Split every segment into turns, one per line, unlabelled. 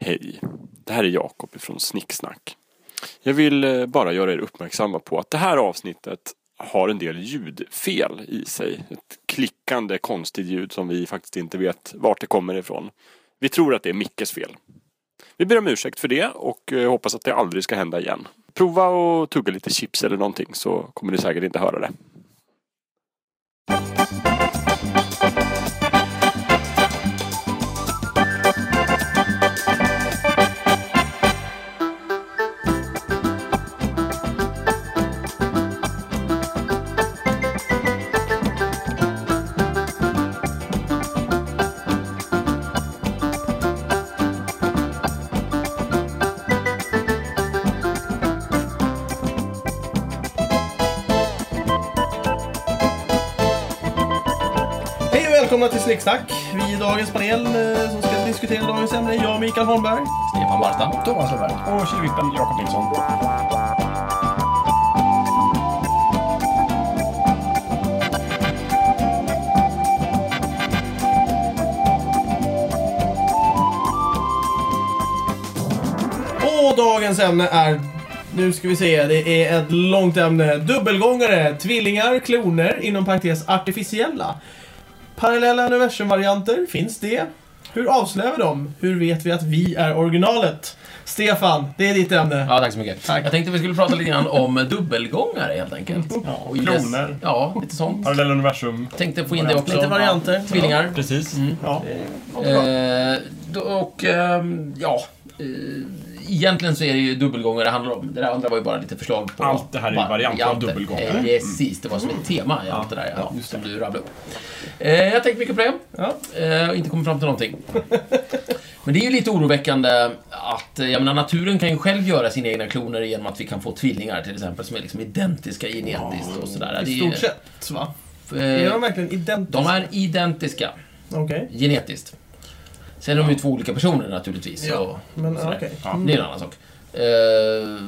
Hej! Det här är Jakob ifrån Snicksnack. Jag vill eh, bara göra er uppmärksamma på att det här avsnittet har en del ljudfel i sig. Ett klickande konstigt ljud som vi faktiskt inte vet vart det kommer ifrån. Vi tror att det är Mickes fel. Vi ber om ursäkt för det och eh, hoppas att det aldrig ska hända igen. Prova och tugga lite chips eller någonting så kommer ni säkert inte höra det.
Hej och välkomna till Snicksnack. Vi är dagens panel eh, som ska diskutera dagens ämne. Jag, Mikael Holmberg.
Stefan Barstam. Thomas Löfberg.
Och Kivvippen Jakob Nilsson.
Och dagens ämne är, nu ska vi se, det är ett långt ämne. Dubbelgångare, tvillingar, kloner, inom parentes artificiella. Parallella universumvarianter, finns det? Hur avslöjar vi dem? Hur vet vi att vi är originalet? Stefan, det är ditt ämne.
Ja, tack så mycket. Jag tänkte vi skulle prata lite grann om dubbelgångare helt enkelt. Ja, och i dess-
Kloner.
Ja, lite sånt.
Parallella universum. Mm.
Tänkte få in det också.
Lite varianter.
Ja, Tvillingar.
Precis.
Ja.
Eh, då- och ehm, ja, eh, egentligen så är det ju dubbelgångare det handlar om. Det där andra var ju bara lite förslag på
Allt det här är ju
va-
varianter av dubbelgångare.
Eh, Precis, det var som ett tema i allt det där ja,
Ja, just
som du rabblade upp. Eh, jag tänkte mycket på det.
Ja.
Eh, och inte kommit fram till någonting. Men det är ju lite oroväckande att, eh, jag menar naturen kan ju själv göra sina egna kloner genom att vi kan få tvillingar till exempel som är liksom identiska genetiskt och sådär. Det
I
är ju-
stort sett, va? Är de
Eh,
verkligen
de
identiska?
är identiska
Okej.
genetiskt. Sen är de ju två olika personer naturligtvis. Och
Men
sådär.
okej.
Ja.
Det är en annan sak. Eh,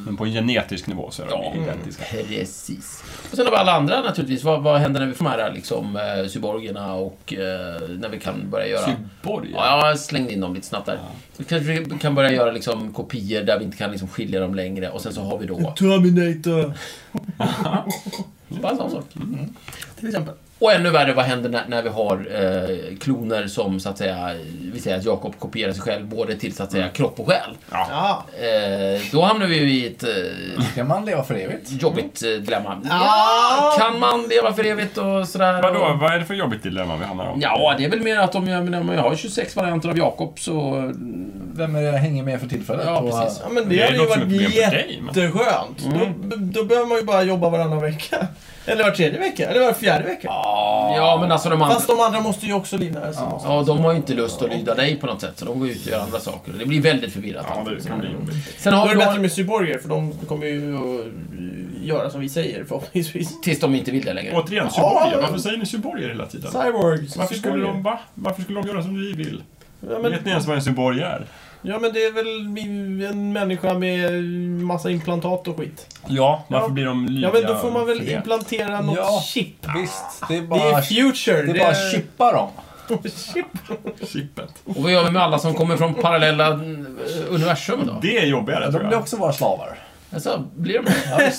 Men på en genetisk nivå så är de
Ja.
identiska.
Precis. Och sen har vi alla andra naturligtvis. Vad, vad händer när vi får med de här liksom, eh, cyborgerna och eh, när vi kan börja göra...
Cyborg?
Ja, jag slängde in dem lite snabbt där. Vi kanske vi kan börja göra liksom, kopior där vi inte kan liksom, skilja dem längre och sen så har vi då...
Terminator,
Bara en sån sak.
till exempel.
Och ännu värre, vad händer när, när vi har eh, kloner som så att säga, vi säger att Jakob kopierar sig själv både till så att säga kropp och själ.
Ja.
Eh, då hamnar vi ju i ett eh,
Ska man leva för evigt?
jobbigt eh, dilemma.
Ah.
Kan man leva för evigt och sådär?
Vadå,
Och-
vad är det för jobbigt dilemma vi handlar om?
Ja, det är väl mer att om jag, men om jag har 26 varianter av Jakob så...
Vem är det jag hänger med för tillfället?
Ja,
Och,
precis.
Ja, men det,
Det är
hade ju
något som är
varit
problem för dig, men-
jätteskönt. Då, då behöver man ju bara jobba varannan vecka. Eller var tredje vecka, eller var fjärde vecka.
Ja, men alltså de andra...
Fast de andra måste ju också alltså. livnära sig. någonstans.
Ja, de har ju inte lust att lyda dig på något sätt, så de går ut och gör andra saker. Det blir väldigt förvirrat.
Ja, det kan bli jobbigt.
Sen
Då
har
är
vi
det bättre
då,
med cyborger, för de kommer ju att eh, göra som vi säger förhoppningsvis.
tills de inte vill det längre.
Återigen, cyborger.
Ja.
Varför säger ni cyborger hela tiden?
Cyborgs,
Varför skulle, de, va? Varför skulle de göra som vi vill?
Ja men,
Vet ni ens vad en cyborg är?
ja, men det är väl en människa med massa implantat och skit.
Ja, varför
Ja.
blir de lydiga?
Ja, men då får man
för
väl
det?
implantera något
Ja.
chip.
Visst, det är
Det
bara...
är future.
det är bara chippa dem.
chip.
Chippet.
Och vad gör vi med alla som kommer från parallella eh, universum då?
Det är jobbigare,
De
tror
blir
jag.
också våra slavar.
Alltså, blir de det?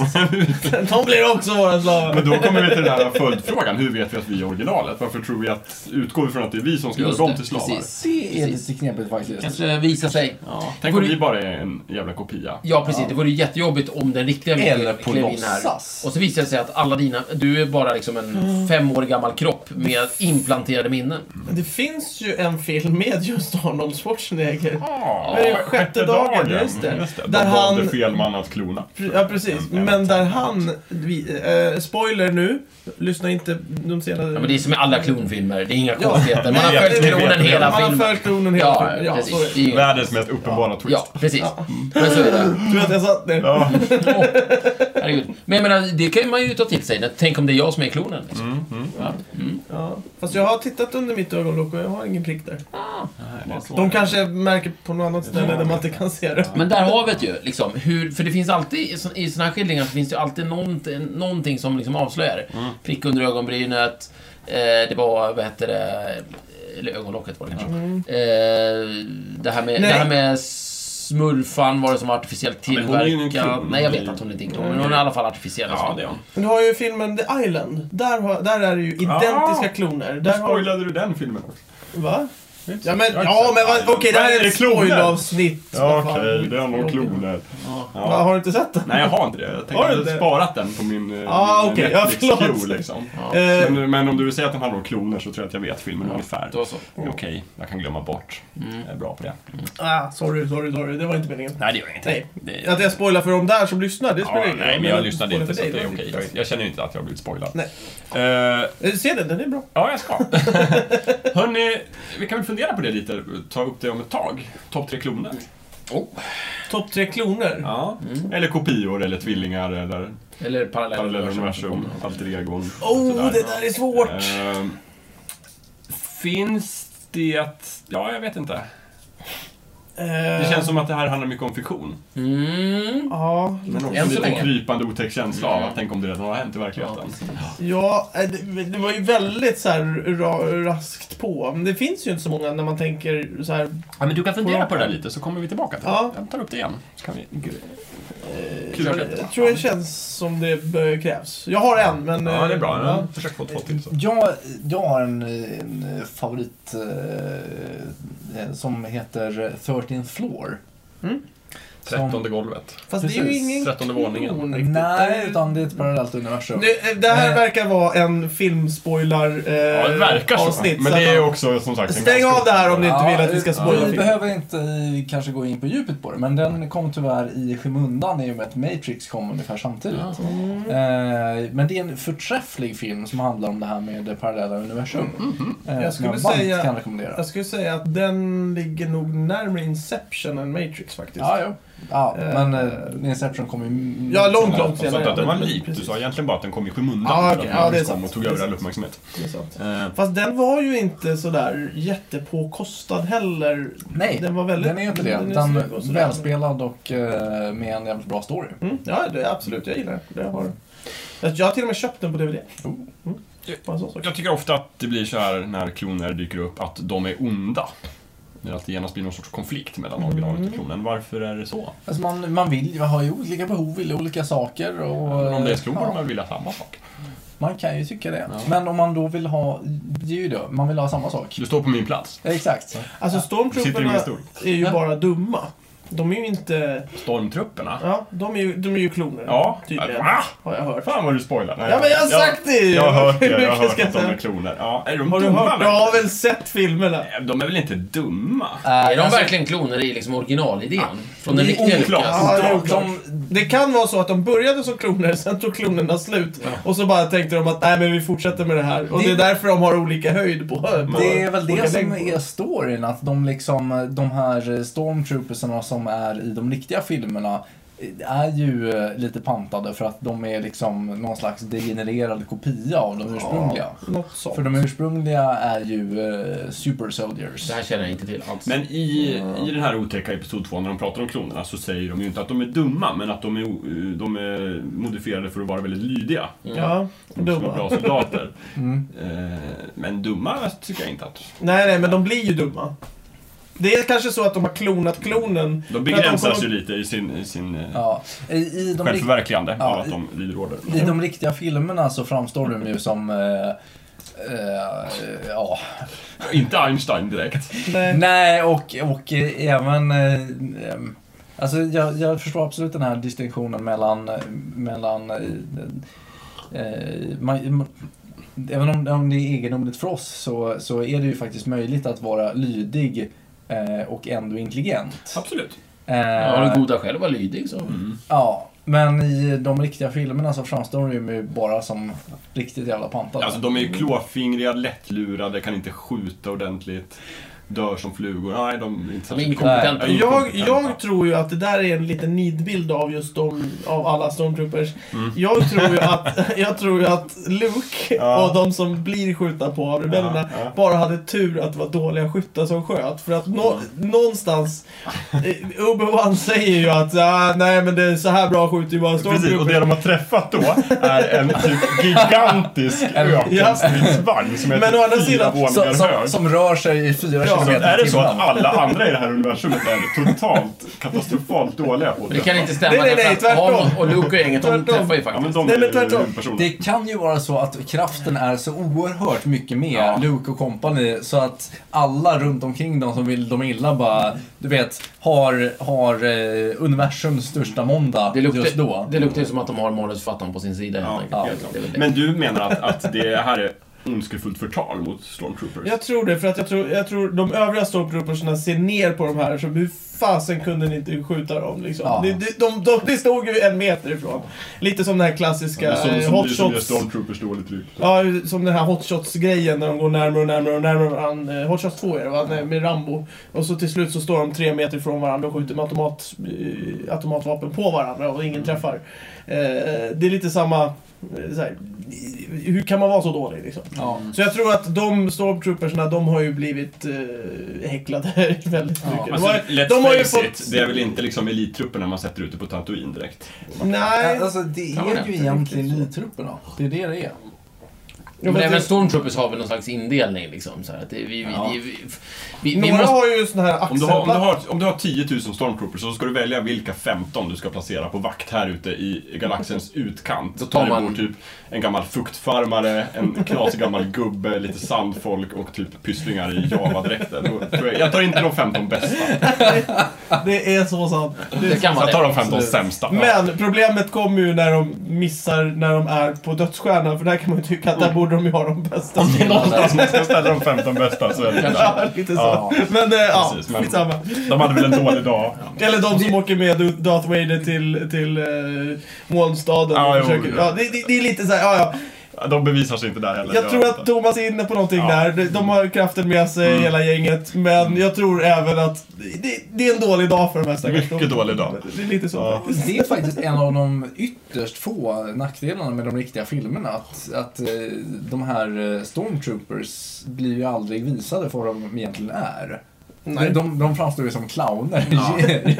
De blir också våra slavar.
Men då kommer vi till den här följdfrågan. Hur vet vi att vi är originalet? Varför tror vi att... Utgår vi från att det är vi som ska göra
Just
dem
det,
till slavar?
precis.
Det är lite knepigt faktiskt.
Kanske visar sig.
Ja. Tänk om vi bara är en jävla kopia.
Ja, precis. Det vore ju jättejobbigt om den riktiga Mikael
Eller på
klev in här.
låtsas.
Och så visar det sig att alla dina... Du är bara liksom en fem år gammal kropp med implanterade minnen.
Det finns ju en film med just Arnold Schwarzenegger.
Ja,
Det är sjätte dagen, just
Mm,
det. Där
Där han...
han-
valde fel man att klona.
Ja, precis. Men där han... Vi, eh, spoiler nu. Lyssna inte de senare...
Ja, men det är som i alla klonfilmer. Det är inga
Ja.
konstigheter. Man har
Nej,
följt
det vet
klonen
vi.
hela
Man har
filmen.
följt klonen hela
Ja,
filmen. Ja,
precis.
så är det.
Det är ju-
Världens mest uppenbara twist.
Ja, precis. Men så är det.
Du vet, jag satt där.
Ja.
Åh, herregud. Men jag menar, det kan man ju ta till sig. Tänk om det är jag som är klonen.
Mm.
Liksom.
Ja. Fast jag har tittat under mitt ögonlock och jag har ingen prick där.
Ah.
det är så.
De kanske märker på något annat ställe där man inte kan se det.
Men där har vi det ju. Liksom, hur, för det finns alltid, i sådana här skildringar, så finns det ju alltid någonting, någonting som liksom avslöjar.
Mm.
Prick under ögonbrynet, eh, det var, vad heter det, eller ögonlocket var det kanske. Eh, det här med, det
Nej.
här med s- smurfan var det som var artificiellt
men hon är ju en
tillverkad.
klon.
Nej, jag vet att hon inte är en klon, men hon är i alla fall artificiell. liksom.
Ja, det är hon.
Men du har ju filmen The Island. Där, har, där är det ju identiska
Ah.
kloner.
Där
Där har,
spoilade du den filmen också.
va? Ja men, ja, men vad- okej, det här
Men
är
är
ett
det kloner?
spoilavsnitt.
Ja,
Vad fan.
okej. Det är någon kloner.
Va, Har du inte sett den?
Nej, jag har inte det. Jag tänkte
Har du
jag hade
inte?
sparat den på min eh,
Ah, okej. Ja,
Netflix-queue,
förlåt.
liksom.
Eh,
Men, men om du vill säga att den handlar om kloner så tror jag att jag vet filmen ungefär.
Då så.
Det är Okej, jag kan glömma bort. Jag är bra på det.
ah, sorry, sorry, sorry. Det var inte meningen.
Nej, det gör ingenting.
Nej. Att jag spoilar för de där som lyssnar, det spelar
Ja,
ingen roll.
nej, men jag lyssnade
spoilar
inte
för
så
dig,
att det är
var
okej. Jag,
viktigast.
jag känner inte att jag har blivit spoilad.
Nej.
Eh,
Eh, Se den, den är bra.
ja, jag ska. Hörni, vi kan väl fundera på det lite. Ta upp det om ett tag. Topp tre kloner.
Topp tre kloner.
Ja. Eller kopior eller tvillingar eller
Eller parallella
parallella
universum.
universum. Alter egon. och
Oh,
sådär.
det där är svårt!
Ehm, finns det... Ja, jag vet inte.
Eh,
Det känns som att det här handlar mycket om fiktion.
Mm.
Ja,
Men också
Än så
lite
länge.
krypande otäck känsla av att tänk om det redan har hänt i verkligheten.
ja eh, det, det var ju väldigt så här ra, raskt på. Men det finns ju inte så många när man tänker så här.
Ja, men du kan fundera på det där lite så kommer vi tillbaka till
Ja.
det. Jag tar upp det igen. Så kan vi... eh, Kul.
Jag tror det känns som det bör- krävs. Jag har en, men...
Ja, det är bra.
eh,
Ja. Försök få två till. Så.
Jag, jag har en, en favorit eh, eh, som heter 13 Floor.
Trettonde golvet.
Fast det är ju
Precis.
ingen
Trettonde våningen.
klon riktigt.
Nej, utan det är ett parallellt universum.
Det, det här
Eh.
verkar vara en filmspoilar eh,
Ja, det verkar så.
avsnitt,
men
så
det
att
är
man-
också som sagt en
Stäng
ganska-
av det här om ni inte vill att vi ska spoila
Vi
film.
behöver inte eh, kanske gå in på djupet på det, men den kom tyvärr i skymundan i och med att Matrix kom ungefär samtidigt. Eh, men det är en förträfflig film som handlar om det här med det parallella universum. Eh,
Mm, Jag
som jag
skulle
varmt
säga-
kan rekommendera.
Jag skulle säga att den ligger nog närmare Inception än Matrix faktiskt.
Ja, ja. ja
Eh,
men eh, Inception kom ju... Alltså,
Ja, långt, långt
Jag sa inte att den var lik. Du
Precis.
sa egentligen bara att den kom i skymundan.
Ja,
för
okej.
att
Ja, det är
den
sant.
kom och tog
Det är
över all
sant.
uppmärksamhet.
Det är sant.
Eh,
Fast den var ju inte sådär jättepåkostad heller.
Nej,
Den var väldigt...
den är inte det.
är
Utan
snygg och sådär.
välspelad och eh, med en jävligt bra story.
Mm, ja, det är absolut. Jag gillar den. Det har... jag- Jag har till och med köpt den på DVD.
Oh.
Mm. Bara en sån sak.
Jag tycker ofta att det blir så här när kloner dyker upp, att de är onda. Det är att det genast blir någon sorts konflikt mellan originalet
Mm.
och klonen. Varför är det så?
Alltså man, man vill ju ha ju olika behov, vill olika saker. Och,
Om det är klon
ja,
borde man vilja samma sak.
Man kan ju tycka det. Men om man då vill ha, det är ju det, man vill ha samma sak.
Du står på min plats.
Exakt.
Alltså
Sitter i min
stormtrooperna
stol.
är ju bara dumma. De är ju inte...
Stormtrupperna?
Ja, de är ju, de är ju kloner.
Ja.
Tydligen.
Va?
Har jag hört.
Fan vad du spoilar. Nej,
Ja, men jag har sagt det ju!
Jag, jag har hört det.
Hur
Jag har
mycket
hört
ska jag
att de är
säga?
kloner. Ja, är de
Har du
dumma?
hört? Jag
verkligen?
har väl sett filmerna.
De är väl inte dumma?
Är de verkligen kloner i liksom originalidén? Från den
det är
riktiga
oklart.
Lucas?
Alltså,
Ja, det är
de,
oklart.
de,
Det kan vara så att de började som kloner, sen tog klonerna slut. Och så bara tänkte de att nej men vi fortsätter med det här. Och det,
Det-
är därför de har olika höjd på
det är väl
olika
det som
längd.
är storyn, att de liksom, de här stormtroopersarna som är i de riktiga filmerna är ju eh, lite pantade för att de är liksom någon slags degenererad kopia av de ursprungliga.
Något sånt.
För de ursprungliga är ju eh, super soldiers.
Det här känner jag inte till alls.
Men i, i den här otäcka episod 2 när de pratar om klonerna så säger de ju inte att de är dumma men att de är, o- de är modifierade för att vara väldigt lydiga.
Ja,
Som är
dumma.
bra soldater.
Mm.
Eh, Men dumma tycker jag inte att...
Nej, nej, men de blir ju dumma. Det är kanske så att de har klonat klonen.
De begränsas
kommer-
ju lite i sin, i sin eh,
Ja, i, i, de rikt-
självförverkligande
Ja,
av att de lyder order.
I de riktiga filmerna så framstår de ju som... Eh, eh, ja.
Inte Einstein direkt.
Nej.
Nej, och, och eh, även... Eh, ehm, alltså jag, jag förstår absolut den här distinktionen mellan... mellan eh, eh, man, man, även om, om det är egendomligt för oss så, så är det ju faktiskt möjligt att vara lydig eh, och ändå intelligent.
Absolut.
Eh,
Ja, har du goda skäl att vara lydig så.
Mm.
Ja, men i de riktiga filmerna så framstår de ju bara som riktigt jävla pantade.
Alltså de är ju klåfingriga, lättlurade, kan inte skjuta ordentligt, dör som flugor. Nej, de är inte
De är
särskilt
inkompetenta.
Nej.
Jag, jag tror ju att det där är en liten nidbild av just de, av alla stormtroopers.
Mm.
Jag, tror ju att, jag tror ju att Luke
Ja.
och de som blir skjutna på av rebellerna
Ja, ja.
bara hade tur att det var dåliga skyttar som sköt. För att nå,
Mm.
någonstans, eh, Obi-Wan säger ju att ah, nej men det är så här bra skjuter ju bara
Precis, och
stormtroopers.
det de har träffat då är en typ gigantisk ökenstridsvagn som är
Men å andra
typ fyra
sidan-
våningar
som, som,
hög.
som rör sig i fyra
Så
kilometer
är
i
det så att
timmen.
alla andra i det här universumet är totalt katastrofalt dåliga på
Det
det?
kan inte stämma.
Nej, nej,
därför
nej,
att
tvärtom.
Han och Luke och gänget, de
Tvärtom.
träffar ju
Ja,
faktiskt.
men de
Nej, men
är ju
tvärtom.
personer.
Det kan ju vara så att kraften är så oerhört mycket med Luke och kompani så att alla runt omkring dem som vill dem illa bara, du vet, har, har eh, universums största måndag
Det
just då.
luktar, det luktar ju som att de har manusförfattaren på sin sida helt
Ja,
enkelt.
Ja.
helt klart.
Det är väl det.
Men du menar att, att det här är ondskefullt förtal mot stormtroopers?
Jag tror det, för att jag tror, jag tror de övriga stormtrooperserna ser ner på de här. Så hur fasen kunde ni inte skjuta dem liksom?
Ja.
De, de, de, de, det stod ju en meter ifrån. Lite som den här klassiska
Ja, som,
eh,
som
hot
du som gör
shots.
stormtroopers dåligt typ.
Ja, som den här hot shots-grejen när de går närmare och närmare och närmare varandra. Eh, Hot shots 2 är det va? Nej, Med Rambo. Och så till slut så står de tre meter ifrån varandra och skjuter med automat, eh, automatvapen på varandra och ingen träffar. Eh, det är lite samma... eh, Så här, hur kan man vara så dålig liksom?
Ja.
Mm.
Så jag tror att de stormtroopersna, de har ju blivit eh, häcklade väldigt mycket. De har,
Alltså, let's
de har ju
face
fått-
it, det är väl inte liksom elittrupperna man sätter ute på Tatooine direkt?
nej.
Alltså det
Kan man
är ju
inte
egentligen nytrupperna. Det är det det är.
Ja,
men
men
även
det-
Stormtroopers har väl någon slags indelning liksom. Så här, att det, vi,
Ja.
vi, vi, vi, vi
Några
måste...
har ju sån här axelplatta.
Om du, har, om, du har, om du har 10 000 stormtroopers så ska du välja vilka 15 du ska placera på vakt här ute i galaxens utkant.
Då tar
där
man-
det bor typ en gammal fuktfarmare, en knasig gammal gubbe, lite sandfolk och typ pysslingar i javadräkter. Då tror jag- Jag tar inte de 15 bästa,
Det är så sant. Det är
Det kan vara
jag tar
det.
de 15 sämsta.
Men problemet kommer ju när de missar när de är på dödsstjärnan. För där kan man ju tycka att där borde de ju ha de bästa.
Mm. Om det är någonstans man ska ställa de 15 bästa så är det där.
Ja, lite så.
Ja.
Men eh, ja,
Precis, men-
skitsamma.
De hade väl en dålig dag.
Eller de som åker med Darth Vader till, till eh, molnstaden.
Ja,
och
jo,
försöker,
jo.
ja, det, det, det är lite så här, ja, ja.
De bevisar sig inte där heller.
Jag tror att Thomas är inne på någonting där. De- De har kraften med sig,
Mm.
hela gänget. Men jag tror även att det, det är en dålig dag för de här stackars
Mycket dålig dag.
Det är lite så.
Ja.
Det är faktiskt en av de ytterst få nackdelarna med de riktiga filmerna. Att, att eh, de här eh, stormtroopers blir ju aldrig visade för vad de egentligen är.
Nej.
De, de framstår ju som clowner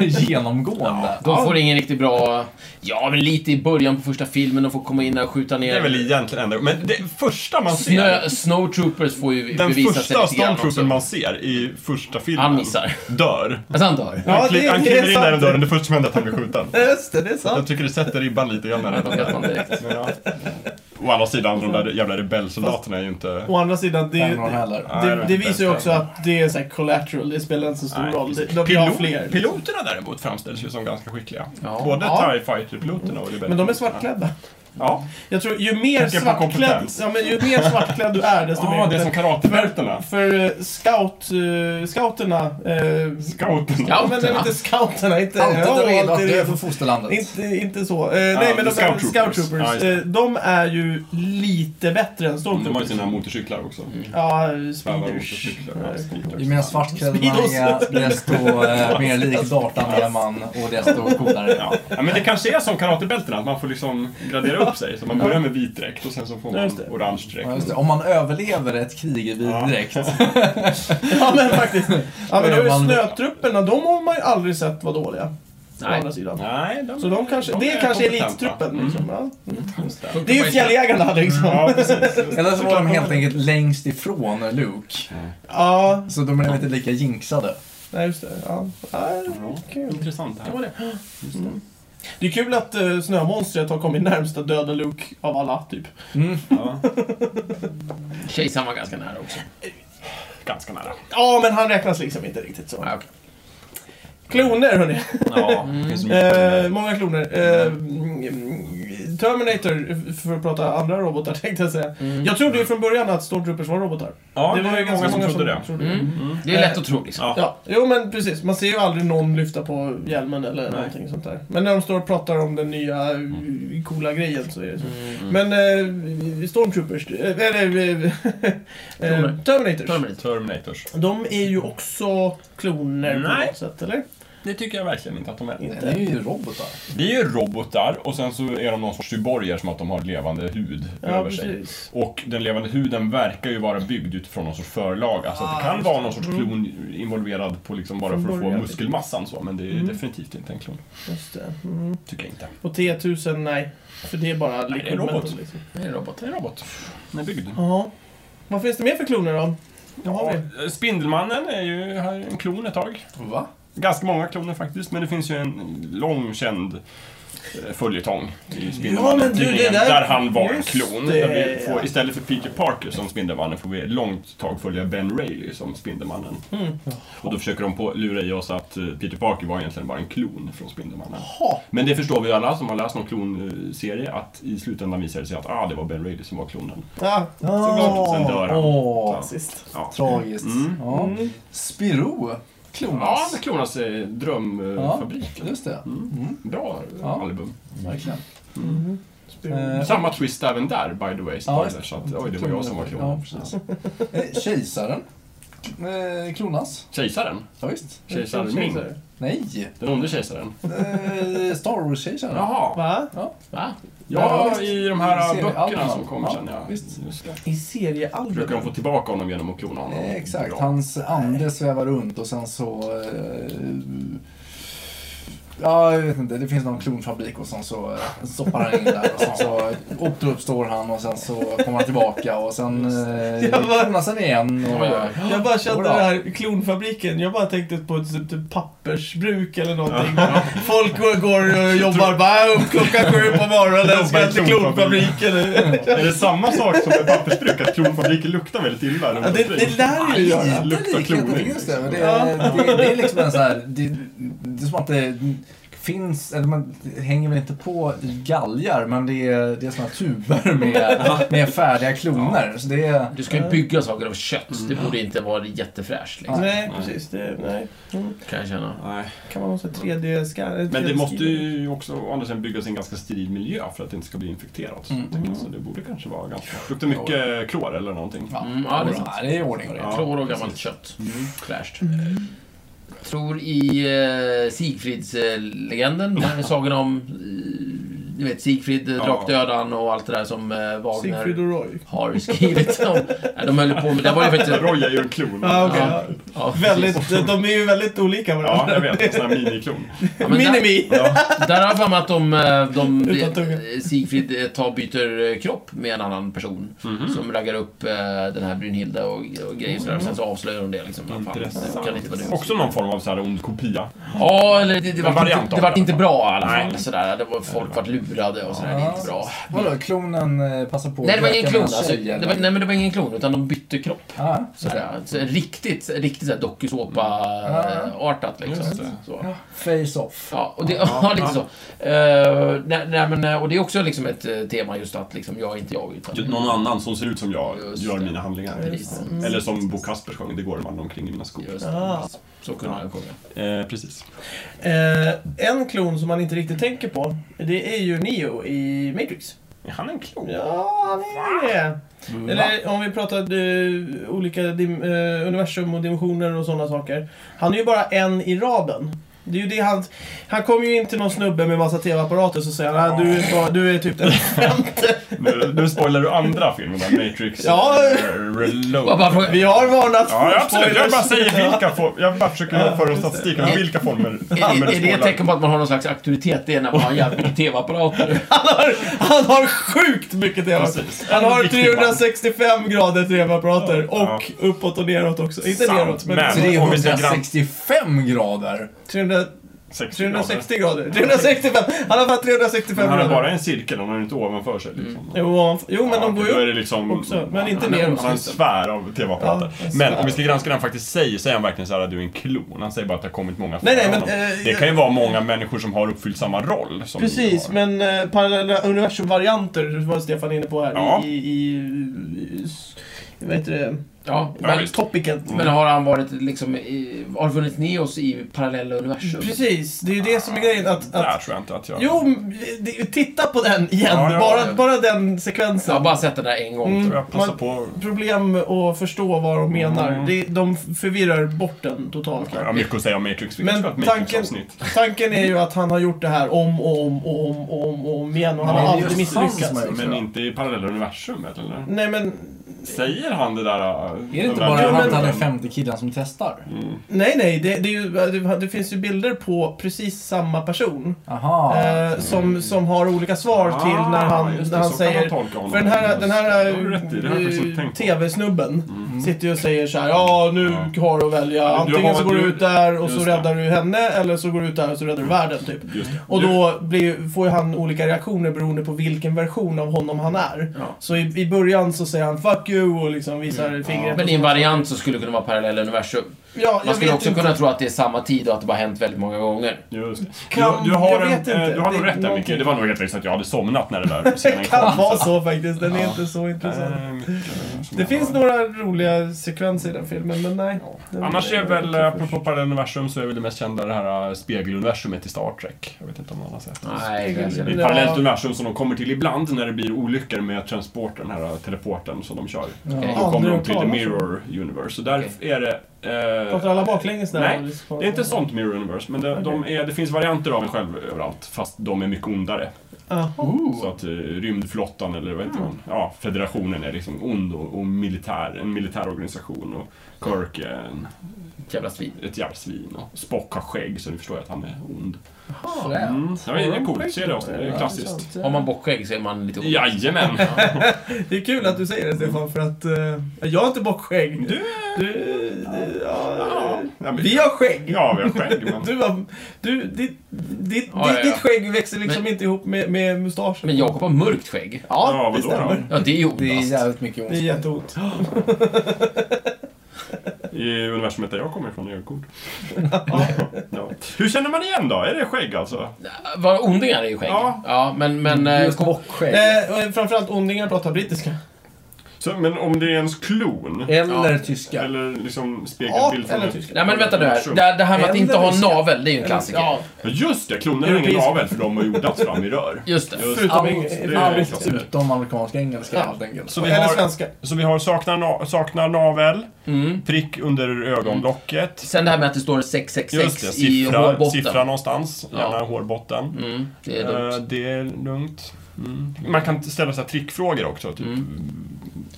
genomgående.
De får ingen riktigt bra... Ja, men lite i början på första filmen. De får komma in där och skjuta
Det är väl
ner.
egentligen enda... Men det första man ser...
Snö, snowtroopers får ju
Den
bevisa sig
första
lite grann också.
stormtroopern man ser i första filmen
Han missar.
dör.
Alltså han dör.
Ja,
han kli-
det-
han
det är
kliver in
sant.
där den dörren, det första som händer är att han blir skjuten.
Ja, Just det, det är sant.
Jag tycker det sätter ribban lite grann
Då vet man
redan.
direkt.
Men ja. Å andra sidan, de där jävla rebellsoldaterna är ju inte...
Å andra sidan, det,
Fem år
det,
heller.
Ja,
det,
det-
det visar ju också
det-
att det är så här collateral. Det spelar inte så stor
Nej,
roll. Det-
precis.
De vi har
Pilot,
fler.
piloterna däremot framställs ju som ganska skickliga.
Ja.
Både
Ja.
TIE Fighter-piloterna och rebellpiloterna.
Men de är svartklädda.
Ja,
Jag tror ju mer
Tänker på
svartklädd,
kompetens.
ja, men ju mer svartklädd du är desto mer
ah, det är som karatebältena.
För eh, scout, eh, scouterna... eh,
Scouterna.
Ja, men det är
Scouterna.
inte scouterna, inte...
Alltid
ja,
redo att dö
redo.
för fosterlandet.
Inte, inte så. Eh, nej, men de
Scout
scout
Troopers.
troopers,
Ja, just det.
eh, de är ju lite bättre än
De har ju
stormtroopers.
sina motorcyklar också.
Ja,
Svävar
speeders.
motorcyklar. ja, speeders.
Ju mer svartklädd man är, desto eh, mer lik Dartan är man och desto coolare.
Ja. ja, men det kanske är som karatebältena, att man får liksom gradera upp sig. Så man börjar med vit dräkt och sen så får
Ja, just det.
man orange dräkt.
Ja, just det. Om man överlever ett krig i vit dräkt.
Ja, men faktiskt. Ja, men då är ju
Man-
snötrupperna, de har man ju aldrig sett vara dåliga. Å
Nej.
andra sidan.
Nej, de, Mm.
Så de kanske, det är kanske elittruppen. Liksom, ja. Det är ju fjälljägarna liksom. Ja.
Ja, precis.
Eller så var de helt enkelt längst ifrån Luke. Så de är inte lika jinxade.
nej just det. Ja. Ja, kul.
Intressant det här.
Det är kul att uh, snömonstret har kommit närmst att döda Luke av alla, typ.
Ja,
Kejsaren var ganska nära också.
ganska nära.
Ja, men han räknas liksom inte riktigt så.
Ja, okej.
Kloner, hörni.
Ja, det finns
Eh,
mycket.
många kloner. Eh, mm, Terminator, för att prata andra robotar, tänkte jag säga. Jag trodde ju från början att Stormtroopers var robotar.
Ja, det var ju många som trodde det.
Mm. Det är lätt att tro liksom.
Ja.
Ja, jo men precis. Man ser ju aldrig någon lyfta på hjälmen eller någonting sånt där. Men när de står och pratar om den nya eh, coola grejen så är det så.
Mm.
Mm.
Men eh, Stormtroopers, eh, eller eh, eh,
Kloner.
Terminators.
Tar mig dit.
Terminators.
De är ju också kloner på
Nej.
något sätt, eller?
Det tycker jag verkligen inte att de är.
Det är ju robotar.
Det är ju robotar och sen så är de någon sorts cyborger som att de har levande hud
Ja,
över sig.
precis.
Och den levande huden verkar ju vara byggd utifrån någon sorts förlaga. Så att det
Ah,
kan vara någon sorts
Mm.
klon involverad på liksom bara
Från
för att få
början.
muskelmassan så. Men det är
Mm.
definitivt inte en klon.
Just det. Mm.
Tycker jag inte.
Och T1000, nej. För det är bara
det är robot.
liquid metal, liksom.
Det är en robot.
En robot. Den är byggd.
Jaha. Vad finns det mer för kloner då? Vad har vi?
Spindelmannen är ju har ju en klon ett tag.
Va?
Ganska många kloner faktiskt, men det finns ju en lång känd eh, följetong i
Ja, men du,
Spindelmannen-tidningen
det där-
där han var en
just
klon.
det,
Där vi
ja.
får, istället för Peter Parker som Spindelmannen får vi ett långt tag följa Ben Reilly som Spindelmannen.
Mm.
Och då försöker de på, lura i oss att eh, Peter Parker var egentligen bara en klon från Spindelmannen.
Jaha.
Men det förstår vi ju alla som har läst någon klonserie att i slutändan visar det sig att ah, det var Ben Reilly som var klonen.
Ja,
Såklart, sen dör han.
Åh,
Så,
sist.
ja.
tragiskt.
Mm.
Ja. Spiro
Ja,
klonas.
det klonas eh, drömfabrik.
Just det,
Mm. Bra
Ja.
album.
verkligen.
Mm.
Eh,
Samma twist även där, by the way.
Ja,
Ja, så att, oj, det var jag som var
Ja,
klon.
precis. Eh, Kejsaren eh, klonas.
Kejsaren?
Ja, visst.
Kejsaren Ming?
Nej,
Den onde kejsaren?
eh, Star Wars-kejsaren.
Jaha!
Va?
Ja.
Va?
Ja,
Ja,
visst.
i de
I
här
seriealbumen.
böckerna som kommer
Ja,
sen, ja.
visst.
Just det.
I
Brukar de
seriealbumen?
få tillbaka honom genom att klona honom?
Eh, Exakt,
Bra.
hans ande svävar runt och sen så... Eh, ja, jag vet inte. Det finns någon klonfabrik och sen så eh, stoppar han in där och sen så återuppstår han och sen så kommer han tillbaka och sen eh,
Jag bara-
klonas han igen. Och,
Oj, oj,
Jag bara kände
Bra.
det här klonfabriken, jag bara tänkte på ett typ, typ pappersbruk eller någonting. Folk går, går och jobbar bara "Äh, upp klockan sju på morgonen, ska
Jobbar i
till klonfabriken.
Är det samma sak som med pappersbruk? Att klonfabriker luktar väldigt illa?
Ja, det, det lär ju göra.
Lite
Luktar
likheter
kloning.
finns det, men det,
Ja.
det, det är liksom en sån här... Det, det är som att det finns, eller man hänger väl inte på galgar, men det är, det är såna tuber med, med färdiga kloner. Så det är,
Du
Eh.
ska ju bygga saker av kött.
Mm.
Det borde inte vara jättefräscht. Liksom,
Nej, precis. Det, nej. Mm.
kan jag känna.
Nej.
Kan man ha så 3D-skärm?
Men det måste ju också å andra sidan byggas i en ganska steril miljö för att det inte ska bli infekterat.
Mm.
Mm. Så det borde kanske vara ganska... Luktar mycket klor eller någonting.
Ja,
Mm, ja, det är sant.
Ja, det är ordning och reda.
Ja,
Klor och gammalt kött.
Mm.
Fräscht. Jag tror i eh, Sigfrids-legenden, den här sagan om eh, du vet, Sigfrid, eh,
Ja.
Drakdödan och allt det där som eh,
Sigfrid
Wagner
och Roy.
har skrivit om. Nej, de höll ju på med... Det var ju faktiskt...
Roy är ju en klon.
Ja, okej.
Ja. Ja, precis.
Väldigt, de är ju väldigt olika
Ja,
varandra.
jag vet. En sån här miniklon.
Ja, men där-
Minimi!
Där har jag för mig att de, eh, de
Utan tunga.
eh, Sigfrid eh, tar byter eh, kropp med en annan person som raggar upp eh, den här Brynhilda och, och grejer sådär. Sen så avslöjar de det liksom. Ja, fan, det kan inte vara du.
Också någon form av så här ond kopia.
Ja, eller det, det
En
var
variant
inte,
av
det var
det.
inte bra i alla fall.
Nej.
Sådär. Det var, folk vart lurade och sådär. Det är inte bra.
Vadå, klonen eh, passar på
Nej, det var ingen klon.
Alltså,
Alltså, det var, nej, men det var ingen klon, utan de bytte kropp.
ah,
Sådär. Så riktigt, riktigt såhär dokusåpa-artat liksom.
Just det.
Så.
Face-off.
Ja, och det, ja, lite så. Eh, nej, nej, men, eh, och det är också liksom ett eh, tema just att liksom, jag är inte jag. Utan,
Typ Någon annan som ser ut som jag
Just
gör
det.
mina handlingar.
Precis.
Eller som Bo Kaspers sjöng, det går en man omkring i mina skor.
just,
Ah.
Så kunde jag sjunga.
Eh, precis.
Eh, en klon som man inte riktigt tänker på, det är ju Neo i Matrix.
Är han en klon?
Ja, han är det. Eller om vi pratar eh, olika dim, eh, universum och dimensioner och sådana saker. Han är ju bara en i raden. Det är ju det han... Han kommer ju in till någon snubbe med massa TV-apparater och så säger han "Ah, du, är bara, du är typ den femte.
Nu, nu spoilar du andra filmen där, Matrix
Ja.
eh, Reload.
Bara, bara fråga,
Vi har varnat
Ja,
för
ja, absolut. Jag
spoilers.
bara säger vilka former. Jag bara försöker föra en statistik över
Ja.
vilka former
är, är det ett
spoilar.
tecken på att man har någon slags auktoritet? Det är när man har en jävligt TV-apparater.
Han har, han har sjukt mycket TV-apparater.
Precis.
Han har
Riktigt man.
365 grader TV-apparater
Ja.
och uppåt och neråt också. Inte
Sant,
neråt, men,
men-
men...
om vi ska grann-
365 grader!
300...
60 grader.
360 grader. 365. Han har fan 365
Men Han är
grader.
bara en cirkel, han är inte ovanför sig. Liksom.
Jo, han- jo, men
Ja,
de går
då är
ju
det
upp.
liksom,
också, men inte
han-
ner
Han
mot
har en
slutet.
sfär av TV-apparater.
Ja, en
men
sfär.
om vi ska granska den faktiskt säger, säger han verkligen så här att du är en klon. Han säger bara att det har kommit många
Nej, nej,
före
men,
honom.
eh,
Det kan ju vara många människor som har uppfyllt samma roll. Som
Precis,
vi har.
men eh, parallella universumvarianter det var Stefan inne på här.
Ja.
I, i, i, i... Vad heter det? Mm.
Ja,
Ja,
men,
visst.
Topicen.
men har han varit liksom, i, har funnits Neos i parallella universum?
Precis, det är ju det som är grejen. Att,
Där
att,
tror jag inte att jag...
jo, det- titta på den igen.
Ja, ja,
bara,
ja.
bara den
Jag
sekvensen.
har bara sett den där en gång.
Mm.
Jag tror jag passar
man-
på...
problem att förstå vad de menar.
Mm.
Det, de förvirrar bort den totalt.
Jag har mycket att säga om Matrix. Vi
Men
kanske ska ha ett
tanken-
Matrix-avsnitt.
Tanken är ju att han har gjort det här om och om och om och om, och om igen och han
Nej,
har
det är
aldrig
just han som
misslyckats.
har gjort
Men inte i parallella universumet, eller?
Nej men,
Säger han det där... eh,
Är det inte bara att han är femte killen som testar?
nej nej, det, det, är ju, det, det finns ju bilder på precis samma person.
Aha.
Eh, som, som har olika svar
Ah,
till när han, när han säger... För den här, den här,
Det har jag faktiskt inte
eh,
tänkt på.
TV-snubben, sitter ju och säger så här, ja nu har du att välja. Antingen
har-
så går du
du-
ut där och så
just det.
räddar du henne eller så går du ut där och så räddar du världen typ.
Just det.
Och då blir, ju- får ju han olika reaktioner beroende på vilken version av honom han är.
Ja.
Så i, i början så säger han 'fuck you' och liksom visar
Mm.
fingret.
Men i en variant så skulle det kunna vara parallella universum.
Ja, jag
Man skulle
vet
också
inte.
kunna tro att det är samma tid och att det bara hänt väldigt många gånger.
Just det.
Kan-
du, du har,
jag
en,
vet inte.
eh, du har
Det är
nog rätt där Micke.
någonting.
Det var nog helt riktigt att jag hade somnat när det där
Det
scenen
kan
kom.
vara så faktiskt. Den är inte så intressant.
Ehm,
Det finns några roliga sekvenser i den filmen, men nej. Den-
Annars är väl, eh, apropå parallelluniversum, så är väl det mest kända det här eh, spegeluniversumet i Star Trek. Jag vet inte om någon har sett det.
Nej,
Det är
verkligen.
ett
Ja.
parallellt universum som de kommer till ibland när det blir olyckor med transporten, den här eh, teleporten som de kör.
Okej.
Då kommer
Aldrig
de
hört
till The
talas om.
Mirror Universe. Så där
Okej.
är det... eh,
Pratar alla baklänges där?
Nej,
Eller?
det är inte ett sånt Mirror Universe, men det, de är, det finns varianter av en själv överallt, fast de är mycket ondare.
Jaha.
Så att eh, rymdflottan, eller vad heter man? Ja, federationen är liksom ond och, och militär, en militär organisation. Och Kirk är en,
Jävla svin.
ett jävla svin. Och Spock har skägg, så du förstår att han är ond.
Fränt.
Mm. Ja, men det är coolt, se det avsnittet, det är klassiskt.
Ja,
Har man bockskägg så är man lite ond.
Jajamän!
Det är kul att du säger det Stefan, för att eh, jag har inte bockskägg. Du, du, ja,
Ja, men-
Vi har skägg.
Ja, vi har skägg, men...
Du, har, du, ditt, ditt,
Ja, ja, ja.
ditt skägg växer liksom
Men-
inte ihop med, med mustaschen.
Men Jakob har mörkt skägg.
Ja,
Ja, det
vadå då?
stämmer.
Ja, det är ju
Det är
ondast.
jävligt mycket
Det är
ont.
jätteont.
I universumet där jag kommer ifrån, är det coolt. ja. Hur känner man igen då? Är det skägg alltså?
Vad ondingar är ju skägg.
Ja.
Ja, men... men eh,
Just
kom-
bockskägg.
Eh, och framförallt ondingar pratar brittiska.
Så, men om det är ens klon?
Eller tyska.
Eller liksom
Ja,
spegelbild från
eller
ett-
tyska.
Nej men vänta nu här. Det, det här med att inte ha navel, det är ju en klassiker.
Ja,
Ja, Just det, kloner har ingen
Europeisk-
navel för de har jordats fram i rör.
Just det.
förutom
Allt.
engelska.
Det är-
Allt.
Utom amerikanska engelska
Ja.
helt enkelt.
Så vi
Eller
har,
svenska.
så vi har saknar, na, saknar navel,
Mm.
prick under ögonlocket.
Sen det här med att det står
Just
666
det,
Mm. i
siffra,
hårbotten.
siffra någonstans, gärna
Ja.
hårbotten.
Mm, det är
Eh,
dumt.
Det är lugnt. Mm. Man kan ställa sig trickfrågor också, typ
Mm,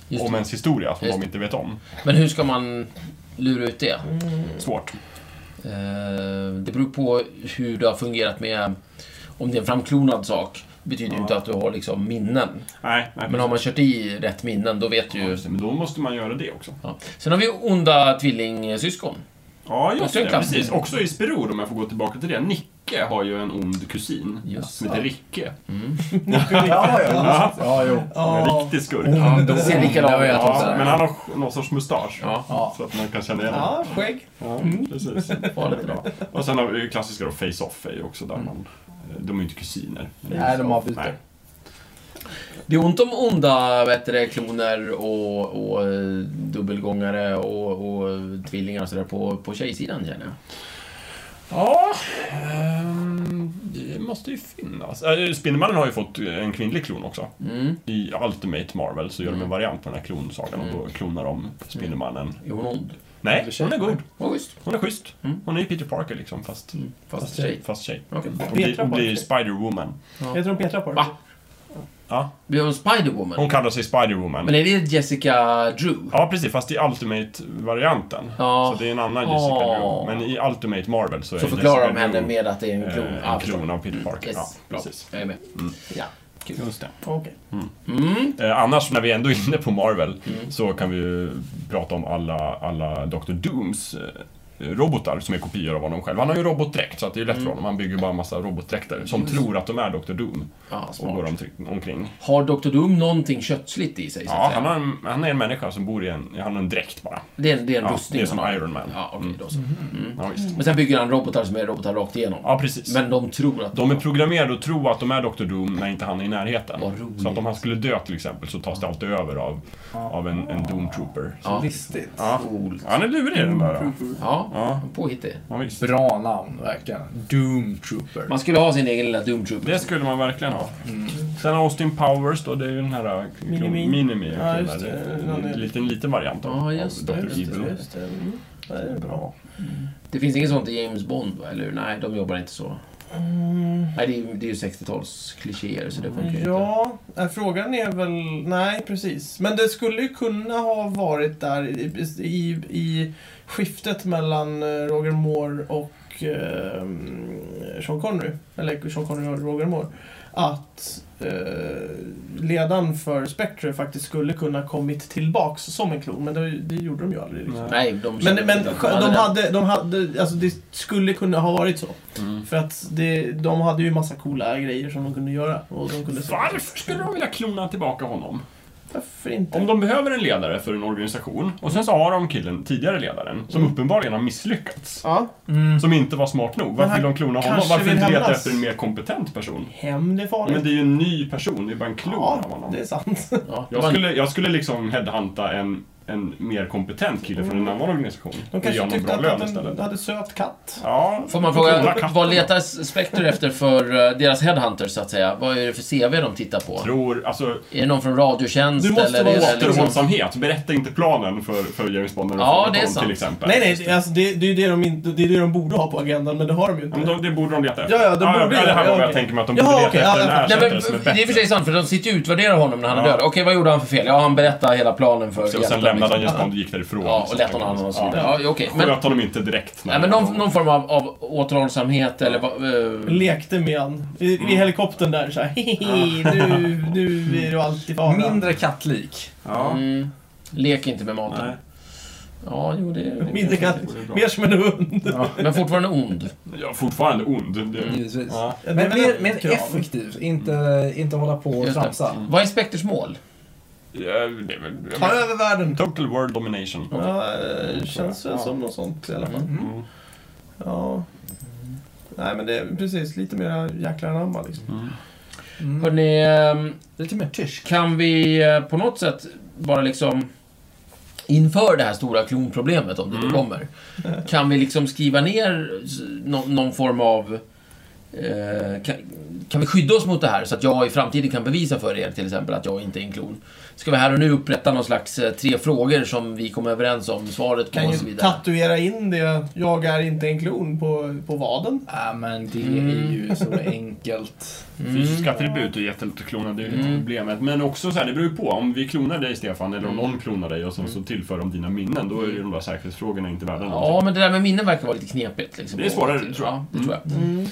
Just
om
det.
ens historia som
Just
de inte vet om.
Men hur ska man lura ut det? Mm.
Svårt.
Eh, det beror på hur det har fungerat med... Om det är en framklonad sak, betyder ju inte att du har liksom minnen.
Nej, nej
Men har man kört i rätt minnen, då vet du
precis.
ju...
Just det, Men då måste man göra det också.
Ja. Sen har vi onda tvillingsyskon.
Ja, just
Också en
det.
klassiker.
Precis. Också i Spiror, om jag får gå tillbaka till det. Nicke har ju en ond kusin
Just
som heter Ricke.
Ja, ja. Ja, jo.
Han är en
Ja.
riktig skurk.
Ja, då-
Ser likadan ut
Ja, men
också.
han har sk- någon sorts mustasch.
Ja.
Ja.
Så att man kan känna igen honom.
Ja, skägg.
Ja, precis.
Farligt bra.
Och sen har vi ju klassiska då, Face-Off är ju också där man... eh, De är ju inte kusiner. men-
Nej, de har byte.
Nej.
Det är ont om onda vad heter det, kloner och, och eh, dubbelgångare och, och tvillingar och sådär på, på tjejsidan känner jag.
Ja, ehm, det måste ju finnas. Äh, Spindelmannen har ju fått en kvinnlig klon också.
Mm.
I Ultimate Marvel så gör de en variant på den här klonsagan och då klonar de Spindelmannen.
Är hon ond?
Nej, hon är god.
Ja, visst.
Hon är schysst.
Mm.
Hon är ju Peter Parker liksom, fast,
Fast tjej.
fast tjej.
Okej.
Hon blir, hon blir
Parker.
Spider-Woman.
Jag tror de Petra på det.
Va?
Ja,
Blir hon Spiderwoman?
hon kallar sig Spider-Woman.
Men är det Jessica Drew?
Ja, precis. Fast i Ultimate-varianten.
Ja.
Så det är en annan Jessica
Ja.
Drew. Men i Ultimate Marvel så,
Så
är
förklarar de
Jessica
henne
Drew,
med att det är en klon.
eh,
Ja,
En
förstår.
klon av Peter Parker.
Yes,
Ja,
bra.
precis. Mm.
Jag är med. Ja.
Just det.
Okej.
Eh, annars, när vi ändå är inne på Marvel,
Mm.
så kan vi ju prata om alla, alla Dr. Dooms eh, robotar som är kopior av honom själv. Han har ju robotdräkt, så att det är lätt
Mm.
för honom. Han bygger bara en massa robotdräkter som tror att de är Dr. Doom
Ja,
och går
smart.
omtryck- omkring.
Har Dr. Doom någonting köttsligt i sig? Så att
Ja,
säga?
han, har en, han är en människa som bor i en... Han har en dräkt bara.
Det är, det är en
Ja,
rustning.
det är som
han har.
Iron Man.
Ja, okej, då så. Mm.
Ja, visst.
Men sen bygger han robotar som är robotar rakt igenom.
Ja, precis.
Men de tror att
De är programmerade att tro att de är Dr. Doom när inte han är i närheten.
Vad roligt.
Så att om han skulle dö till exempel så tas det alltid över av, av en, en Doom Trooper. Så-
Ja.
Listigt.
Ja.
Coolt.
Han är lurig den där. ja.
Ja,
Ja.
påhittig.
Ja, visst.
Bra namn verkligen. Doom Trooper.
Man skulle ha sin egen lilla Doom Trooper.
Det skulle man verkligen ha. Sen Austin Powers då, det är ju den här äh,
Minimi.
Minimi
Ja, just det. Ja, det-
En liten, liten variant av,
Ja, just
av
det,
Dr.
just det,
Evil.
Just det. Mm. Det är bra.
Bra.
Det finns inget sånt i James Bond, va? eller hur? Nej, de jobbar inte så.
Mm.
Nej, det är ju, det är ju 60-talsklichéer, så det funkar ju inte.
Ja, eh, frågan är väl... Nej, precis. Men det skulle ju kunna ha varit där i, i, i skiftet mellan eh, Roger Moore och eh, eh, Sean Connery, eller Sean Connery och Roger Moore, att eh, ledaren för Spectre faktiskt skulle kunna kommit tillbaks som en klon, men det, det gjorde de ju aldrig. Liksom.
Nej, de
Men,
kände
men
inte att
de
den.
hade, de hade, alltså det skulle kunna ha varit så.
Mm.
För att det, de hade ju massa coola grejer som de kunde göra. Och de kunde
Varför skulle de vilja klona tillbaka honom?
Varför inte?
Om de behöver en ledare för en organisation och sen så har de killen, tidigare ledaren, som uppenbarligen har misslyckats.
Ja,
Mm.
Som inte var smart nog.
Mm.
Varför
Men han
vill de klona honom?
kanske
Varför
vill
inte leta
hämnas.
efter en mer kompetent person?
hem det är farligt.
Men det är ju en ny person, det är bara en klon av
ja,
honom.
det är sant.
Ja, det
Jag
var en-
skulle, jag skulle liksom headhunta en, en mer kompetent kille från en annan organisation. och
De
ge
kanske
honom
tyckte
bra lön
att de
istället.
hade söt katt.
Ja,
Får man
Kolla
fråga,
katten
vad
då.
letar Spectre efter för eh, deras headhunters så att säga? Vad är det för CV de tittar på?
Tror, alltså,
Är det någon från Radiotjänst
Du måste
eller?
vara
är det liksom...
återhållsamhet. Berätta inte planen för, för James Bond när de
Ja,
får
det är
honom,
sant.
till exempel.
Nej, nej, det, alltså, det, det är ju det de, inte, det, är det de borde ha på agendan, men det har de ju
Ja,
inte.
men de, det borde de leta efter.
Ja, ja, de borde
ja,
ju
det
det.
här var
Ja,
vad jag
okej.
tänker mig, att de
Ja,
borde leta
okej,
efter
ja, ja.
en ersättare
Nej, men,
som är
det är i och för
bättre.
sig sant, för de sitter ju och utvärderar honom när han är
Ja.
död. Okej, vad gjorde han för fel? Ja, han berättade hela planen
Så,
för hjälten,
sen lämnade han
liksom.
James Bond och gick därifrån.
Ja,
Så
och lät
att han-
honom använda och så vidare.
Ja.
Ja, okej. Men,
Sköt honom inte direkt.
nej, men någon, någon form av, av återhållsamhet eller vad... eh,
Lekte med han i, i
Mm.
helikoptern där så här. Hehehe, nu, nu är du alltid fara.
Mindre kattlik.
Ja.
mm, lek inte med maten.
Nej.
Ja, jo, det, det
Mindre katt.
det vore bra.
Mer som en hund.
Men fortfarande ond.
Jag är fortfarande ond.
Mm.
Det,
Givetvis.
ja.
Ja, det är
Men
väl
mer,
en
mer
krav.
effektiv. Inte,
Mm.
inte hålla på och
Just det. Mm.
tramsa.
Vad är Spectres mål?
Ja, det är väl-
Ta över världen.
Total world domination.
Ja, eh, känns väl som något sånt i alla fall.
Mm.
Ja. Nej men det är precis lite mer jäklar anamma liksom.
Mm.
Hörrni, ehm,
Lite mer tysk.
Kan vi eh, på något sätt bara liksom inför det här stora klonproblemet, om det
Mm.
nu kommer, kan vi liksom skriva ner s- nå- någon form av... eh, Kan, kan vi skydda oss mot det här så att jag i framtiden kan bevisa för er till exempel att jag inte är en klon? Ska vi här och nu upprätta någon slags eh, tre frågor som vi kommer överens om svaret på
Kan
och så
ju
vidare?
tatuera in det, jag är inte en klon, på, på vaden.
Ja, men det
Mm.
är ju så enkelt.
Fysiska attribut är jättelätt att klona, det är ju inte
Mm.
problemet. Men också så här, det beror ju på. Om vi klonar dig Stefan, eller om
Mm.
någon klonar dig och sen så tillför de dina minnen, då är ju de där säkerhetsfrågorna inte värda
Ja,
någonting.
men det där med minnen verkar vara lite knepigt. Liksom,
Det är svårare,
Och-
tror jag. Mm.
Ja, det tror jag.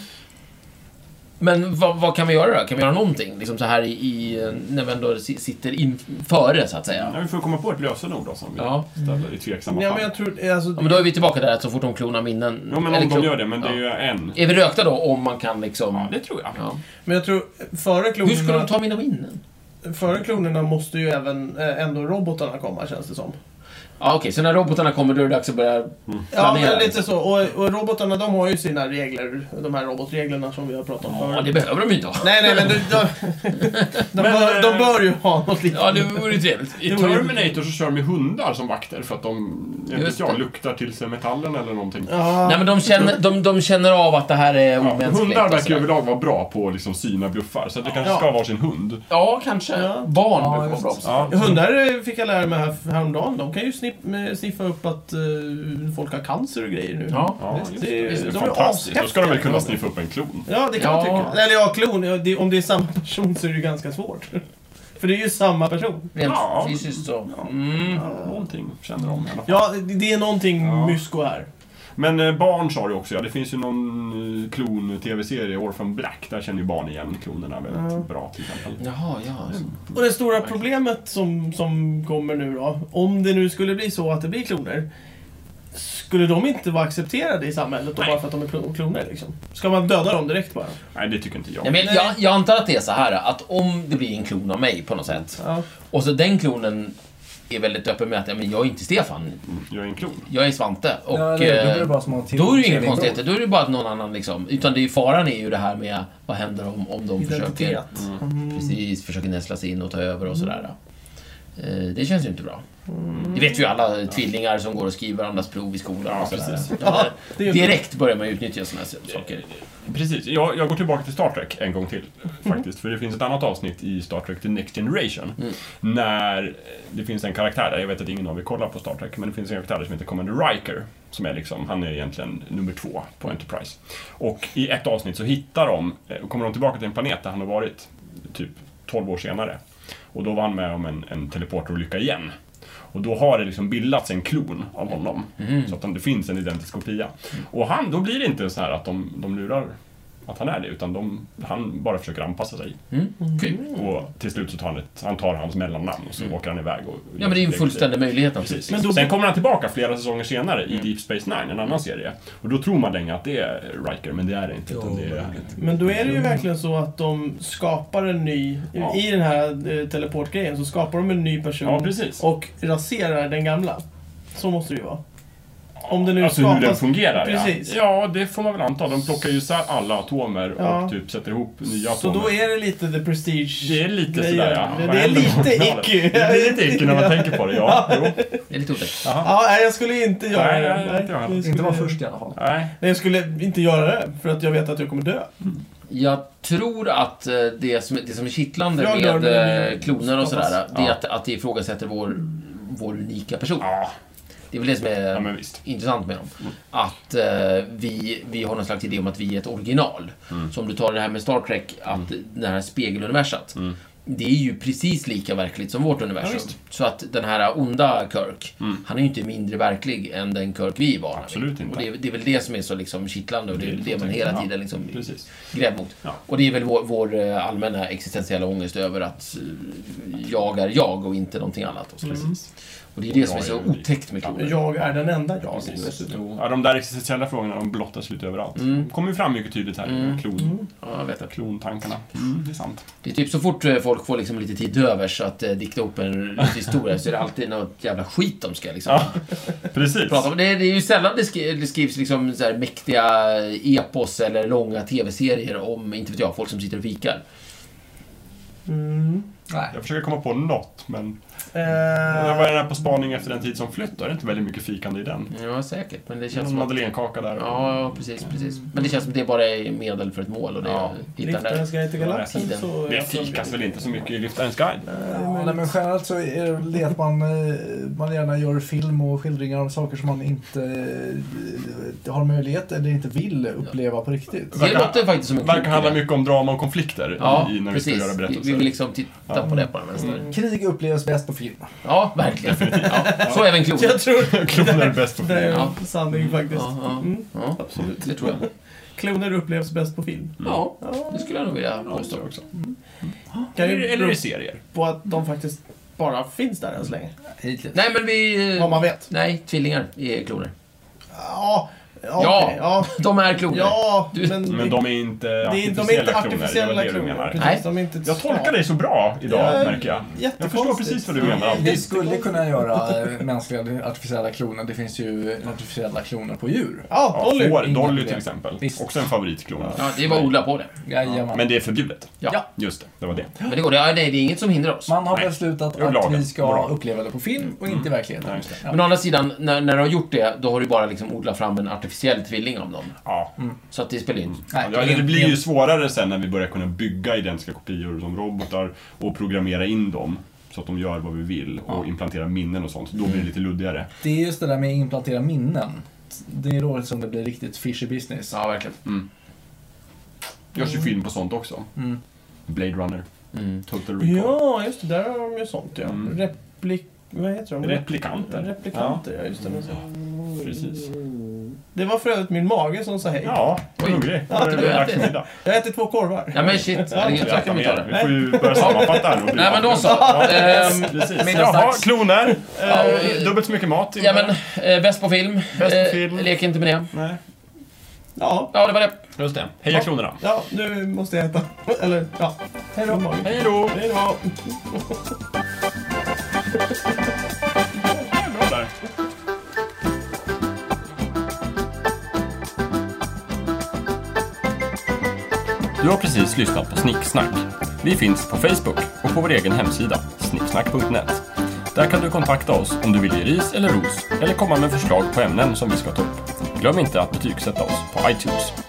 Men vad, vad kan vi göra då? Kan vi göra någonting? Liksom så här i, i, eh, när vi ändå si- sitter in, före, så att säga.
Ja, vi får komma på ett lösenord då som vi
Ja.
ställer i tveksamma
Ja,
fall.
men jag tror, alltså,
Ja, men då är vi tillbaka där att så fort de klonar minnen...
Ja, men
eller
om de
klon-
gör det, men det är
ja.
ju en.
Är vi rökta då, om man kan liksom...
Ja, det tror jag.
Ja.
men jag tror före
Hur skulle de
klonerna,
ta mina minnen?
före klonerna måste ju även eh, ändå robotarna komma känns det som.
Ja, okej, så när robotarna kommer då är det dags att
Mm.
börja
Ja,
planera. liksom.
men lite så. Och, och robotarna de har ju sina regler, de här robotreglerna som vi har pratat om
Ja, det
förut.
behöver de ju inte ha.
Nej, nej, men de, de, de, bör, de bör ju ha något
eh, Ja,
liknande.
det vore ju trevligt.
I
Det vore ju-
Terminator så kör de med hundar som vakter för att de, jag vet
Just
jag,
det.
luktar till sig metallen eller någonting.
Ja,
Nej, men de känner, de, de känner av att det här är
Ja,
omänskligt. alltså.
hundar
och
verkar ju
sådär.
överlag vara bra på att liksom syna bluffar, så att det kanske
Ja.
ska vara sin hund.
Ja, kanske.
Ja.
Barn
Ja,
brukar vara
just
bra
det.
på sånt.
Ja.
Hundar eh, fick jag lära mig här, häromdagen. De kan ju sniff, med- sniffa upp att eh, folk har cancer och grejer nu.
Ja.
Ja,
Visst,
just
det är ju-
det. Det är
de är
fantastiskt. Då ska de väl kunna
ashäftiga.
sniffa upp en klon.
Ja, det kan
Ja.
man tycka. Eller ja, klon. ja, Det, om det är samma person så är det ju ganska svårt. För det är ju samma person.
Rent
Ja.
fysiskt så. Mm.
Ja, någonting känner de i alla fall.
Ja, det- det är någonting
Ja.
mysko här.
Men eh, barn sa du också ja. Det finns ju någon eh, klon-tv-serie, Orphan Black. Där känner ju barn igen klonerna väldigt bra till exempel.
Jaha, ja.
Och det stora problemet som, som kommer nu då, om det nu skulle bli så att det blir kloner, skulle de inte vara accepterade i samhället då
Nej.
bara för att de är klo- kloner? Liksom? Ska man döda dem direkt bara?
Nej, det tycker inte jag.
Nej, men jag, jag antar att det är så här att om det blir en klon av mig på något sätt
Ja.
och så den klonen är väldigt öppen med att ja, men jag är inte Stefan,
Jag är en klon.
jag är Svante. Och, eh,
Ja, eller hur? Då blir det bara som att ha en till-
då är det ju inga
tredje bror.
konstigheter, då är det bara att någon annan liksom. Utan det är ju, faran är ju det här med vad händer om, om de försöker, Mm.
Identitet.
precis, försöker näsla sig in och ta över och sådär. Eh, Det känns ju inte bra. Det vet vi ju alla tvillingar som går och skriver varandras prov i skolan.
Ja,
och sådär.
precis.
De där-
det är-
Direkt börjar man ju utnyttja sådana saker.
Precis, jag, jag går tillbaka till Star Trek en gång till faktiskt. För det finns ett annat avsnitt i Star Trek The Next Generation. När eh, det finns en karaktär där, jag vet att ingen av er kollar på Star Trek, men det finns en karaktär där som heter Commander Riker. Som är liksom, han är egentligen nummer två på Enterprise. Och i ett avsnitt så hittar de, eh, kommer de tillbaka till en planet där han har varit typ 12 år senare. Och då var han med om en, en teleporterolycka igen. Och då har det liksom bildats en klon av
Mm.
honom. Så att han- det finns en identisk kopia. Och han, då blir det inte så här att de, de lurar att han är det, utan de, han bara försöker anpassa sig.
Mm. Kul.
Och till slut så tar han, ett, han tar hans mellannamn och så åker han iväg. Och,
Ja, men det är ju en fullständig möjlighet. Alltså.
Precis.
Men då-
Sen kommer han tillbaka flera säsonger senare i
Mm.
Deep Space Nine, en annan serie. Och då tror man länge att det är Riker, men det är det inte. Utan det är,
Men då är det ju verkligen så att de skapar en ny...
Mm. Ja.
I den här eh, teleportgrejen så skapar de en ny person
ja, precis.
och raserar den gamla. Så måste det ju vara. Om det nu
alltså hur den
skapas...
fungerar,
Precis.
ja. Ja, det får man väl anta. De plockar ju isär alla atomer
Ja.
och typ sätter ihop nya
så
atomer.
då är det lite the prestige...
Det är lite
grejen.
sådär, ja.
Det,
Vad
det är
händer med
lite
originalet?
icky.
Det blir lite icky när man tänker på det, ja. Jo.
Det är lite otäckt.
Ja, nej, jag skulle inte göra
Nej,
det.
nej, inte jag heller.
det
Inte
skulle-
vara först i alla fall.
Nej.
Nej, jag skulle inte göra det för att jag vet att jag kommer dö.
Jag tror att eh, det som, det som är kittlande
Jag gör
med
det.
eh, kloner och sådär, det är
Ja.
att, att det ifrågasätter vår, vår unika person.
Ja,
Det är väl det som är
ja, men visst. Mm.
intressant med dem. Att eh, vi, vi har någon slags idé om att vi är ett original.
Mm.
Så om du tar det här med Star Trek, att det här spegeluniversat.
Mm.
Det är ju precis lika verkligt som vårt universum. så att den här onda Kirk, han är ju inte mindre verklig än den Kirk vi var.
Mm. Absolut inte.
Och det, är- det är väl det som är så liksom kittlande och det är väl det man hela
Ja,
tiden liksom
Precis.
gräv mot.
Ja.
Och det är väl vår, vår eh, allmänna existentiella ångest över att eh, jag är jag och inte någonting annat. Och, så. och det är det som är så
Jag är unik.
otäckt med kloner.
Jag är den enda jag.
Precis. Ja, de där existentiella frågorna de blottas lite överallt. De kommer ju fram mycket tydligt här,
Mm.
klon,
Ja, jag vet det.
klontankarna. Det är sant.
Det är typ så fort eh, folk får liksom lite tid över så att eh, dikta ihop en historia så är det alltid något jävla skit de ska liksom
Ja, precis.
prata om. Det är, det är ju sällan det, skri- det skrivs liksom så här mäktiga epos eller långa tv-serier om, inte vet jag, folk som sitter och fikar.
Mm.
Nej.
Jag försöker komma på något, men jag
Eh,
var där på spaning efter den tid som flytt. Då är det inte väldigt mycket fikande i den.
Ja, säkert. Men det
Det
känns
känns
som att...
madeleinekaka där.
Ja, ja, precis, precis. Men det känns som att det bara är medel för ett mål och det
Ja.
hittar där.
Riktarens guide till galaxen.
Tiden.
så-
Det fikas väl inte så mycket i Lyftarens guide?
Ja,
Eh,
nej, men generellt så är det väl det att man, eh, man gärna gör film och skildringar av saker som man inte eh, har möjlighet eller inte vill uppleva på riktigt.
Det
Verkar-
låter faktiskt som en
verkar
klok
handla
idé.
mycket om drama och konflikter
Mm. Ja,
i, när vi ska
precis.
göra
Vi,
berättelser.
vi vill liksom titta
Ja. Mm.
på det på den vänster.
Krig upplevs bäst på film.
Ja, verkligen. Ja, så även kloner.
Jag tror
Kronor är bäst på
det är
film.
Ja.
sanning faktiskt.
Ja, ja.
Mm.
Ja, absolut. Det tror jag.
Kloner upplevs bäst på film.
Ja,
Ja.
det skulle jag nog vilja
Ja, det tror
påstå.
jag också.
Kan
Eller,
ju
eller i
bero
serier.
på att de faktiskt bara finns där än så länge.
Mm.
Hittills.
Nej, men vi...
Vad man vet.
Nej, tvillingar är kloner.
Ja, ja,
Ja.
okej, ja.
De är kloner.
ja
Du-
men,
Men de är inte
Mm. det,
artificiella
de är inte
kloner, det är väl
artificiella
det du
kloner.
menar.
Precis,
Nej.
de är inte
Jag tolkar dig så bra idag,
Ja,
märker jag. Jag förstår
jättekonstigt.
precis vad du menar. alltid.
Vi skulle kunna göra eh, mänskliga artificiella kloner. Det finns ju artificiella kloner på djur.
Ja,
Ja,
Dolly.
får,
Ingen
Dolly
idé.
till exempel.
Visst.
Också en favoritklon.
Ja, det är bara att odla på det.
Jajamän.
Men det är förbjudet.
Ja.
Just det, det var det.
Men det går. Det, ja, nej, det är inget som hindrar oss.
Man har
Nej.
beslutat
Jag är
att
glad.
vi ska
Bra. Mm.
uppleva det på film och inte i
Ja,
verkligheten.
just det.
Ja.
Men å andra sidan, när, när du har gjort det, då har du bara liksom odlat fram en artificiell tvilling av dem.
Ja.
Så att det spelar ju inte...
Nej,
Ja, det blir ju svårare sen när vi börjar kunna bygga identiska kopior som robotar och programmera in dem så att de gör vad vi vill och implantera minnen och sånt. Då blir det lite luddigare.
Det är just det där med att implantera minnen. Det är då som det blir riktigt fishy business.
Ja, verkligen.
görs ju film på sånt också.
Mm.
Blade Runner,
Mm.
Total Recall.
Ja, just det. Där har de ju sånt ja.
Mm.
Replik... Vad heter de?
Replikanter.
Replikanter, ja. just det. men så-
Ja, precis.
Det var för övrigt min mage som sa hej.
Ja, det är nog det.
Ja,
Det
det är
är dags
det.
för middag.
Jag äter två korvar.
Ja, men shit. Ja, det
Vi
är så kan vi ta
mer.
det.
Vi får ju börja sammanfatta här. och
Nej, men då så.
Ja,
Ehm,
Precis.
middag
Jaha,
strax.
kloner. Eh,
Ja, och-
dubbelt så mycket mat.
Ja, men eh, bäst på film.
Bäst på
Eh,
film.
Lek inte med det.
Nej,
Ja.
Ja, det var det.
just det. Heja klonerna.
Ja, nu måste jag äta. Eller, ja. Hej då. Mage.
Hej då.
Hej då.
Bra där. Du har precis lyssnat på Snicksnack. Vi finns på Facebook och på vår egen hemsida, snicksnack.net. Där kan du kontakta oss om du vill ge ris eller ros eller komma med förslag på ämnen som vi ska ta upp. Glöm inte att betygsätta oss på iTunes.